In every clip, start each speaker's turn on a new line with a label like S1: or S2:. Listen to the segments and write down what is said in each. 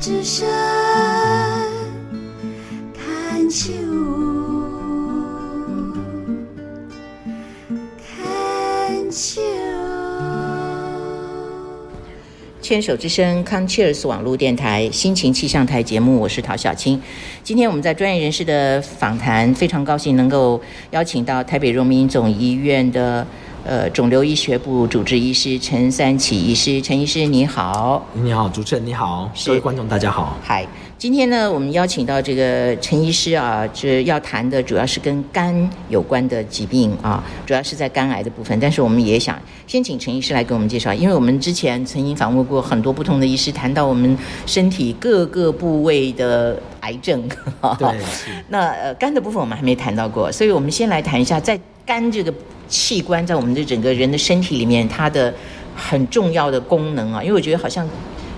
S1: 之声看秋，看秋。
S2: 牵手之声 c o n c h e r s 网络电台心情气象台节目，我是陶小青。今天我们在专业人士的访谈，非常高兴能够邀请到台北荣民总医院的呃肿瘤医学部主治医师陈三起医师。陈医师你好，
S3: 你好，主持人你好，
S2: 是
S3: 各位观众大家好。
S2: 嗨。今天呢，我们邀请到这个陈医师啊，这要谈的主要是跟肝有关的疾病啊，主要是在肝癌的部分。但是我们也想先请陈医师来给我们介绍，因为我们之前曾经访问过很多不同的医师，谈到我们身体各个部位的癌症。
S3: 对，是
S2: 那呃，肝的部分我们还没谈到过，所以我们先来谈一下，在肝这个器官在我们的整个人的身体里面，它的很重要的功能啊，因为我觉得好像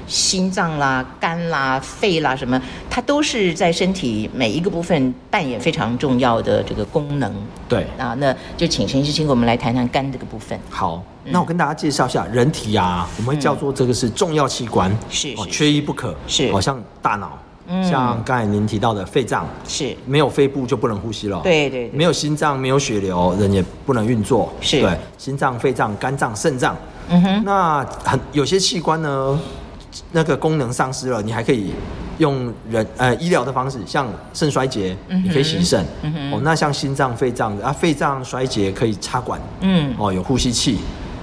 S2: 心脏啦、肝啦、肺啦什么，它都是在身体每一个部分扮演非常重要的这个功能
S3: 对。
S2: 啊。那就请陈医师先给我们来谈谈肝这个部分。
S3: 好，
S2: 嗯
S3: 那我跟大家介绍一下，人体啊，我们会叫做这个是重要器官，
S2: 嗯
S3: 哦
S2: 是是
S3: 缺一不可，
S2: 是
S3: 好、像大脑，
S2: 嗯
S3: 像刚才您提到的肺脏，
S2: 是，
S3: 没有肺部就不能呼吸了，
S2: 对对对，
S3: 没有心脏，没有血流，人也不能运作，
S2: 是
S3: 对，心脏、肺脏、肝脏、肾脏，
S2: 嗯哼，
S3: 那很有些器官呢，那个功能丧失了，你还可以用人呃医疗的方式，像肾衰竭，你可以洗肾。哦，那像心脏、肺脏啊，肺脏衰竭可以插管，
S2: 嗯
S3: 哦，有呼吸器。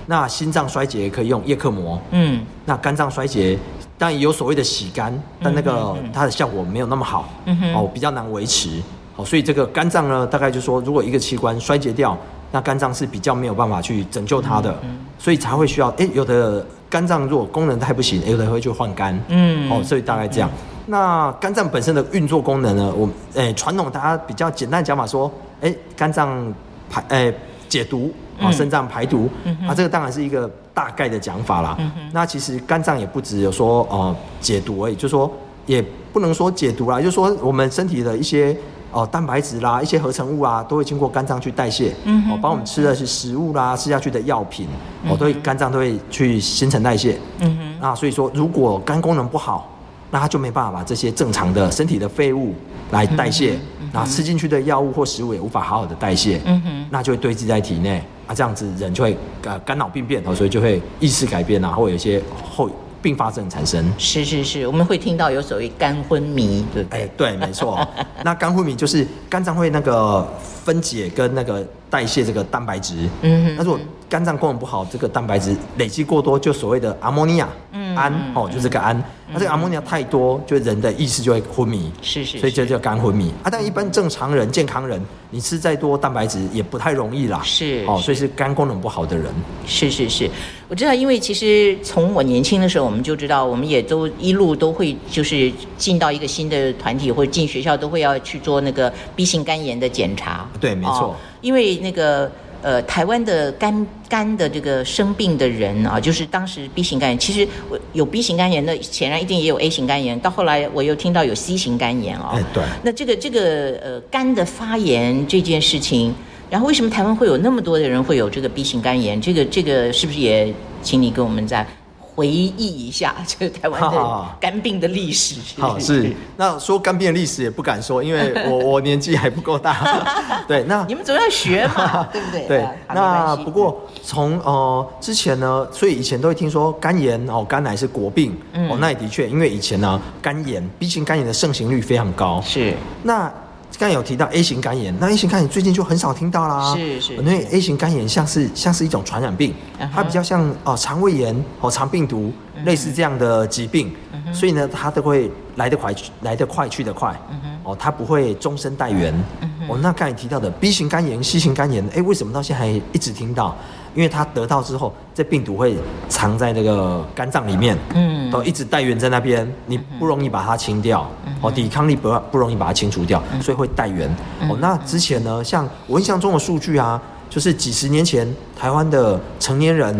S3: 那心脏衰竭可以用叶克膜，
S2: 嗯
S3: 那肝脏衰竭当然也有所谓的洗肝，但那个它的效果没有那么好，哦，比较难维持。好，所以这个肝脏呢，大概就说，如果一个器官衰竭掉，那肝脏是比较没有办法去拯救它的，所以才会需要，诶，有的肝脏如果功能太不行，诶有的会去换肝，
S2: 嗯
S3: 哦，所以大概这样。那肝脏本身的运作功能呢，我们诶传统大家比较简单讲法说，诶，肝脏排诶解毒啊，
S2: 嗯嗯
S3: 肾脏排毒、啊，这个当然是一个大概的讲法啦。那其实肝脏也不只有说呃解毒而已，就说也不能说解毒啦，就说我们身体的一些哦蛋白质啦、一些合成物啊，都会经过肝脏去代谢，
S2: 嗯
S3: 哦，帮我们吃的是食物啦、吃下去的药品，哦，都会肝脏都会去新陈代谢。
S2: 嗯哼，
S3: 那所以说，如果肝功能不好，那它就没办法把这些正常的身体的废物
S2: 嗯
S3: 来代谢，那吃进去的药物或食物也无法好好的代谢，
S2: 嗯哼
S3: 那就会堆积在体内啊，这样子人就会呃肝脑病变哦，所以就会意识改变啊，或有一些后并发症产生。
S2: 是是是，我们会听到有所谓肝昏迷，对不对？
S3: 哎，对，没错。那肝昏迷就是肝脏会那个分解跟那个代谢这个蛋白质。
S2: 嗯哼
S3: 那如果肝脏功能不好，这个蛋白质累积过多，就所谓的阿莫尼亚
S2: 嗯
S3: 胺哦，就这个胺。那这个阿莫尼亚太多，就人的意识就会昏迷。
S2: 是是
S3: 所以这
S2: 是
S3: 叫肝昏迷啊。但一般正常人、健康人，你吃再多蛋白质也不太容易啦。
S2: 是
S3: 哦，所以是肝功能不好的人。
S2: 是是是，我知道，因为其实从我年轻的时候，我们就知道，我们也都一路都会就是进到一个新的团体或者进学校，都会要去做那个 B 型肝炎的检查。哦
S3: 对没错
S2: 因为那个呃，台湾的肝肝的这个生病的人啊，就是当时 B 型肝炎，其实我有 B 型肝炎的，显然一定也有 A 型肝炎。到后来我又听到有 C 型肝炎啊、
S3: 哎对
S2: 那这个这个呃肝的发炎这件事情，然后为什么台湾会有那么多的人会有这个 B 型肝炎？这个这个是不是也请你跟我们再回忆一下这个台湾的
S3: 好
S2: 肝病的历史？
S3: 好是，那说肝病的历史也不敢说，因为我我年纪还不 够大。对，那
S2: 你们总要学嘛，对不对？
S3: 对
S2: 啊，好没
S3: 那
S2: 关系
S3: 不过从呃之前呢，所以以前都会听说肝炎哦，肝癌是国病、
S2: 嗯
S3: 哦，那也的确，因为以前呢，肝炎，B 型肝炎的盛行率非常高。
S2: 是
S3: 那刚才有提到 A 型肝炎，那 A 型肝炎最近就很少听到啦。
S2: 是是
S3: 因为 A 型肝炎像是像是一种传染病
S2: 嗯哼嗯
S3: 它比较像哦、肠胃炎哦肠病毒、类似这样的疾病，所以呢它都会来得快去来得快去得快，
S2: 嗯
S3: 哦它不会终身带源。哦，那刚才提到的 B 型肝炎、C 型肝炎，哎、为什么到现在还一直听到？因为它得到之后，这病毒会藏在这个肝脏里面，
S2: 嗯
S3: 都一直带源在那边，你不容易把它清掉，
S2: 嗯
S3: 哦，抵抗力不不容易把它清除掉，所以会带源。
S2: 嗯
S3: 哦，那之前呢，像我印象中的数据啊，就是几十年前台湾的成年人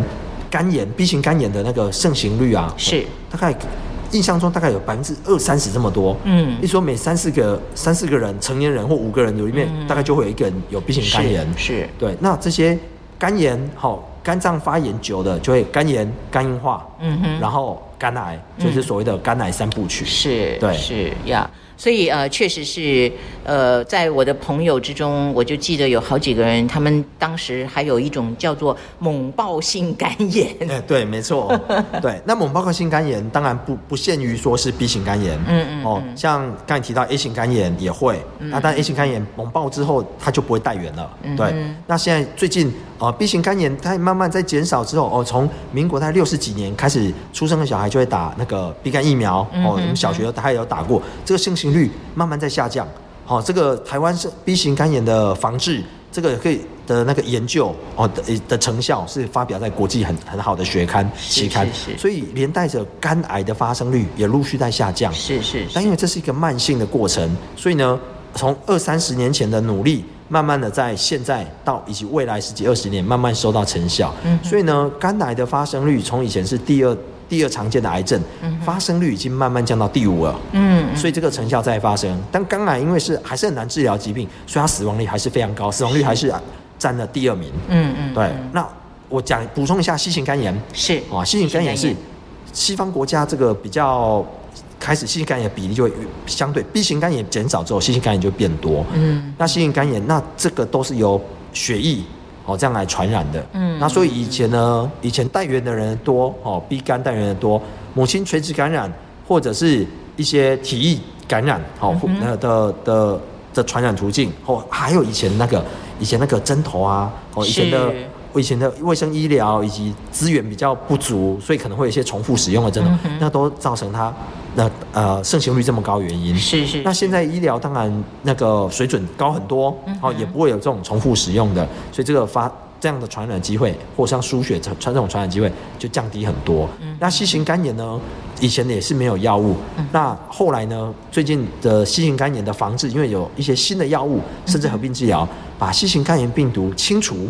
S3: 肝炎 B 型肝炎的那个盛行率啊，
S2: 是
S3: 大概印象中大概有百分之二三十这么多。
S2: 嗯
S3: 一说每三四个三四个人成年人或五个人有里面、大概就会有一个人有 B 型肝炎。
S2: 嗯是
S3: 对，那这些肝炎，好、肝脏发炎久了就会肝炎、肝硬化，
S2: 嗯哼
S3: 然后肝癌，就是所谓的肝癌三部曲。
S2: 是，
S3: 对
S2: 是呀所以呃，确实是呃，在我的朋友之中，我就记得有好几个人，他们当时还有一种叫做猛暴性肝炎。
S3: 哎、对，没 错，对。那我们包括性肝炎，当然不不限于说是 B 型肝炎，嗯嗯，哦，像刚才提到 A 型肝炎也会，那但 A 型肝炎猛爆之后，它就不会带源了，对。那现在最近呃 B 型肝炎它慢慢在减少之后，哦，从民国大概六十几年开始，出生的小孩就会打那个 B 肝疫苗，
S2: 嗯
S3: 哦，我们小学他也有打过，这个盛行率慢慢在下降。好、这个台湾是 B 型肝炎的防治，这个可以的那个研究哦的的成效是发表在国际很很好的学刊期刊，
S2: 是是
S3: 所以连带着肝癌的发生率也陆续在下降。
S2: 是是是，
S3: 但因为这是一个慢性的过程，所以呢，从二三十年前的努力，慢慢的在现在到以及未来十几二十年，慢慢收到成效。
S2: 嗯
S3: 所以呢，肝癌的发生率从以前是第二第二常见的癌症，发生率已经慢慢降到第五了。
S2: 嗯，
S3: 所以这个成效在发生。但肝癌因为是还是很难治疗疾病，所以它死亡率还是非常高，死亡率还是占了第二名。
S2: 嗯嗯，
S3: 对，那我讲补充一下，新型肝炎
S2: 是
S3: 啊，新型肝炎是西方国家这个比较开始，新型肝炎比例就会相对 B 型肝炎减少之后，新型肝炎就变多。
S2: 嗯，
S3: 那新型肝炎，那这个都是由血液哦这样来传染的。嗯，那所以以前呢，以前带源的人多哦，B 肝带源的多，母亲垂直感染或者是一些体液感染哦、
S2: 嗯
S3: 或呃的的的传染途径哦，还有以前那个以前那个针头啊哦以前的
S2: 是。
S3: 以前的卫生医疗以及资源比较不足，所以可能会有一些重复使用的针头，那都造成它那呃盛行率这么高的原因。
S2: 是是
S3: 那现在医疗当然那个水准高很多，哦，也不会有这种重复使用的，所以这个发这样的传染机会，或像输血传传这种传染机会就降低很多。那新型肝炎呢，以前也是没有药物，那后来呢，最近的新型肝炎的防治，因为有一些新的药物，甚至合并治疗，把新型肝炎病毒清除，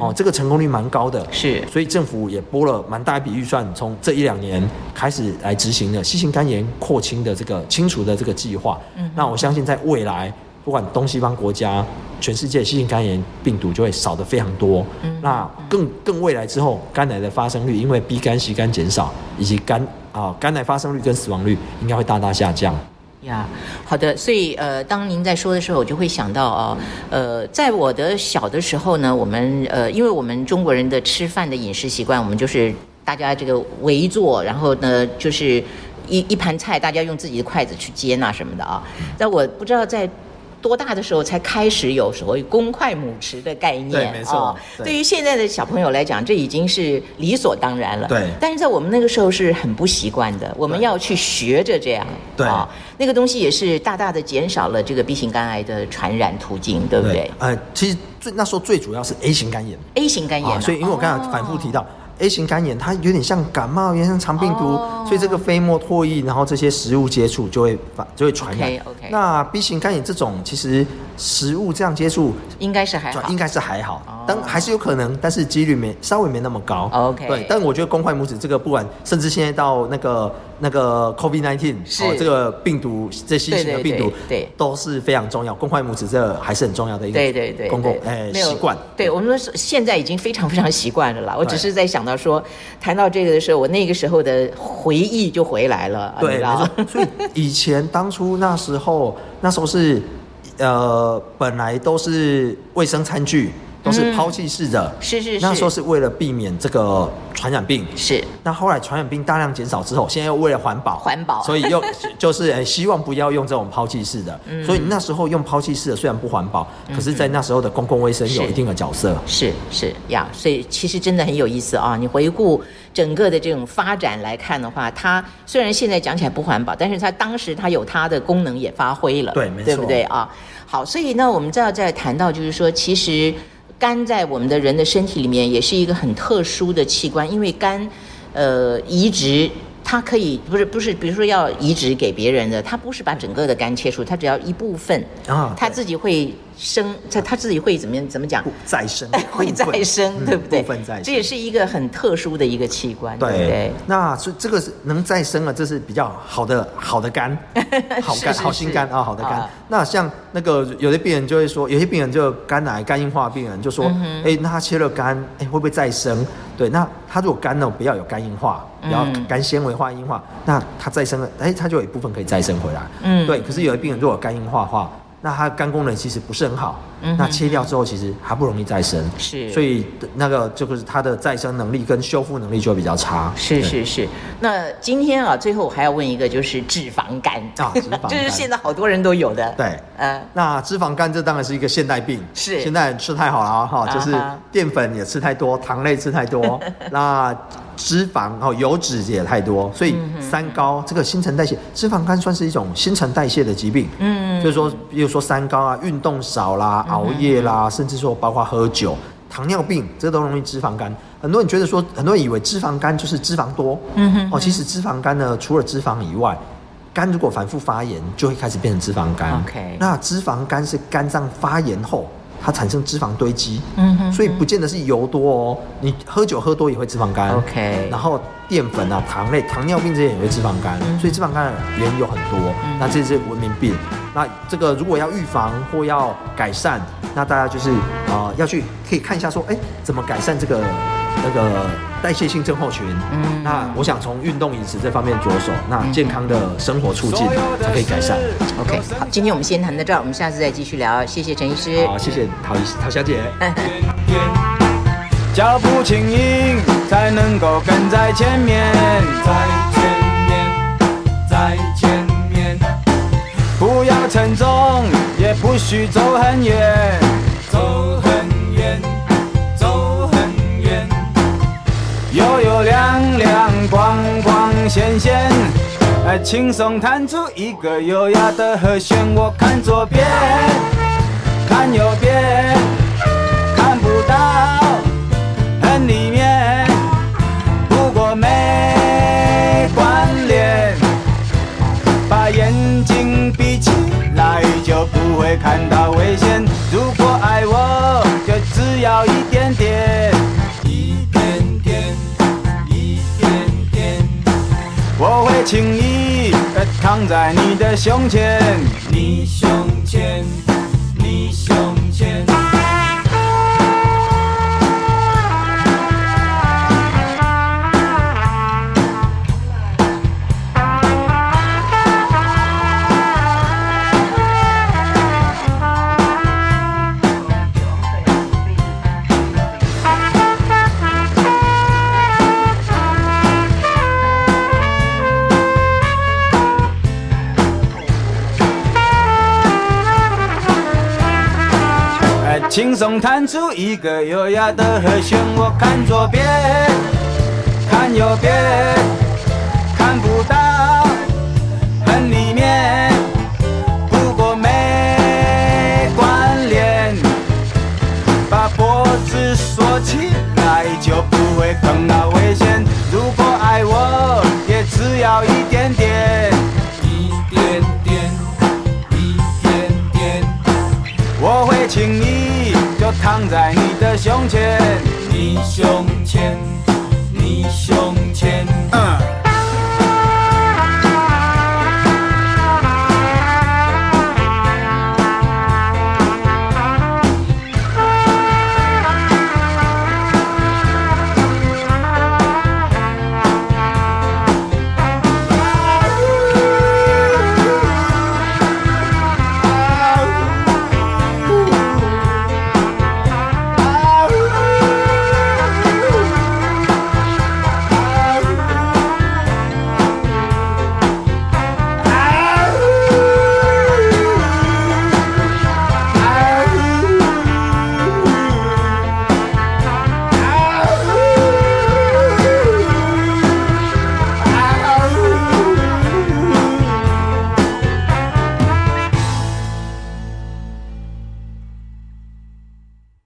S3: 哦，这个成功率蛮高的。
S2: 是
S3: 所以政府也拨了蛮大一笔预算，从这一两年开始来执行的新型肝炎扩清的这个清除的这个计划。那我相信在未来，不管东西方国家，全世界新型肝炎病毒就会少得非常多。那更更未来之后，肝癌的发生率因为 B 肝、C 肝减少，以及肝啊、肝癌发生率跟死亡率应该会大大下降。
S2: 呀好的，所以呃，当您在说的时候，我就会想到哦，呃，在我的小的时候呢，我们呃，因为我们中国人的吃饭的饮食习惯，我们就是大家这个围坐，然后呢，就是一一盘菜，大家用自己的筷子去接纳什么的啊。
S3: 嗯
S2: 但我不知道在多大的时候才开始有所谓公筷母匙的概念，
S3: 对没错
S2: 哦
S3: 对
S2: 对于现在的小朋友来讲，这已经是理所当然了。
S3: 对
S2: 但是在我们那个时候是很不习惯的，我们
S3: 对
S2: 要去学着这样。
S3: 对
S2: 啊那个东西也是大大的减少了这个 B 型肝癌的传染途径，对不对
S3: 呃，其实最那时候最主要是 A 型肝炎。
S2: a 型肝炎啊、
S3: 啊，所以因为我刚才反复提到、A 型肝炎，它有点像感冒，有点像肠病毒，
S2: 哦
S3: 所以这个飞沫唾液，然后这些食物接触就会发就会传染。
S2: OK，OK
S3: 那 B 型肝炎这种其实食物这样接触。
S2: 应该是还好
S3: 应。该是还好
S2: 哦，
S3: 但还是有可能，但是几率没稍微没那么高。
S2: OK
S3: 对，但我觉得公筷母指这个，不管甚至现在到那个那个 COVID 19，
S2: 是
S3: 这个病毒这新型的
S2: 对对
S3: 病毒，
S2: 对对
S3: 都是非常重要。公筷母指这还是很重要的一个
S2: 对对对，
S3: 公共
S2: 对
S3: 哎
S2: 没有
S3: 习惯。
S2: 对我们说现在已经非常非常习惯了啦。我只
S3: 对
S2: 是在想到说，谈到这个的时候，我那个时候的回忆就回来了，啊你
S3: 对，
S2: 知
S3: 没
S2: 道
S3: 错。所以以前当初那时候， 那时候是呃，本来都是卫生餐具，都是抛弃式的。
S2: 嗯是是是
S3: 那时候是为了避免这个传染病。
S2: 是
S3: 那后来传染病大量减少之后，现在又为了环保，
S2: 环保
S3: 所以又 就是、呃希望不要用这种抛弃式的。
S2: 嗯
S3: 所以那时候用抛弃式的虽然不环保，可是，在那时候的公共卫生有
S2: 是
S3: 一定的 角色。
S2: 是是呀，所以其实真的很有意思啊。你回顾整个的这种发展来看的话，它虽然现在讲起来不环保，但是它当时它有它的功能也发挥了，
S3: 对没错
S2: 对不对啊？好，所以呢，我们再再谈到就是说，其实肝在我们的人的身体里面也是一个很特殊的器官，因为肝呃移植。它可以不是不是，比如说要移植给别人的，它不是把整个的肝切除，它只要一部分，
S3: 啊
S2: 它
S3: 对
S2: 自己会生，它它自己会怎么样怎么讲
S3: 不？再生
S2: 会再生，
S3: 嗯
S2: 对不对？
S3: 部分再生，
S2: 这也是一个很特殊的一个器官，对不
S3: 对
S2: 对？，
S3: 那是这个是能再生了，这是比较好的好 的肝，好
S2: 是
S3: 肝
S2: 是
S3: 好心肝
S2: 是
S3: 啊，好的肝
S2: 啊。
S3: 那像那个有些病人就会说，有些病人就肝癌、肝硬化病人
S2: 嗯
S3: 就哦说，哎，那他切了肝，哎，会不会再生？对，那他如果肝呢不要有肝硬化，然后
S2: 嗯
S3: 肝纤维化、硬化，那它再生了，哎，它就有一部分可以再生回来。
S2: 嗯
S3: 对。可是有一病人如果肝硬化的话，那它肝功能其实不是很好，
S2: 嗯哼
S3: 那切掉之后其实它不容易再生，
S2: 是
S3: 所以那个就是它的再生能力跟修复能力就会比较差。
S2: 是
S3: 对
S2: 是是，那今天啊，最后我还要问一个，就是脂肪肝
S3: 啊脂肪 肝
S2: 就是现在好多人都有的。
S3: 对
S2: 呃，
S3: 那脂肪肝这当然是一个现代病，
S2: 是
S3: 现代人吃太好了啊哈、
S2: 啊哈
S3: 就是淀粉也吃太多，糖类吃太 多，那脂肪哦油脂也太多，所以三高这个新陈代谢，脂肪肝算是一种新陈代谢的疾病，嗯，就是说比如说三高啊，运动少啦，熬夜啦，甚至说包括喝酒。糖尿病这都容易脂肪肝，很多人觉得说，很多人以为脂肪肝就是脂肪多，嗯哼，哦，其实脂肪肝呢，除了脂肪以外，肝如果反复发炎，就会开始变成脂肪肝。
S2: OK
S3: 那脂肪肝是肝脏发炎后，它产生脂肪堆积，
S2: 嗯哼
S3: 所以不见得是油多哦。你喝酒喝多也会脂肪肝
S2: OK
S3: 然后淀粉啊、糖类、糖尿病这些也会脂肪肝，
S2: 嗯
S3: 所以脂肪肝的原因有很多。那这是文明病。那这个如果要预防或要改善，那大家就是啊、呃要去可以看一下说，哎，怎么改善这个那个代谢性症候群？嗯，那我想从运动饮食这方面着手，那健康的生活促进才可以改善。
S2: OK，好，今天我们先谈到这儿，我们下次再继续聊。谢谢陈医师。
S3: 好，谢谢陶医陶小姐。
S4: 脚步轻盈，才能够跟在前面，在前面，在前面。不要沉重，也不许走很远，走很远，走很远。悠悠亮亮，光光鲜鲜，哎，轻松弹出一个优雅的和弦。我看左边，看右边，看不到。很里面，不过没关联。把眼睛闭起来，就不会看到危险。如果爱我，就只要一点点，一点点，一点点。我会轻易地躺在你的胸前，你胸前，你胸前。哎，轻松弹出一个优雅的和弦。我看左边，看右边，看不到，很里面，不过没关联。把脖子缩起来，就不会碰到危险。如果爱我，也只要一点点，一点点，一点点。我会轻易就躺在你的胸前，你胸前，你胸前。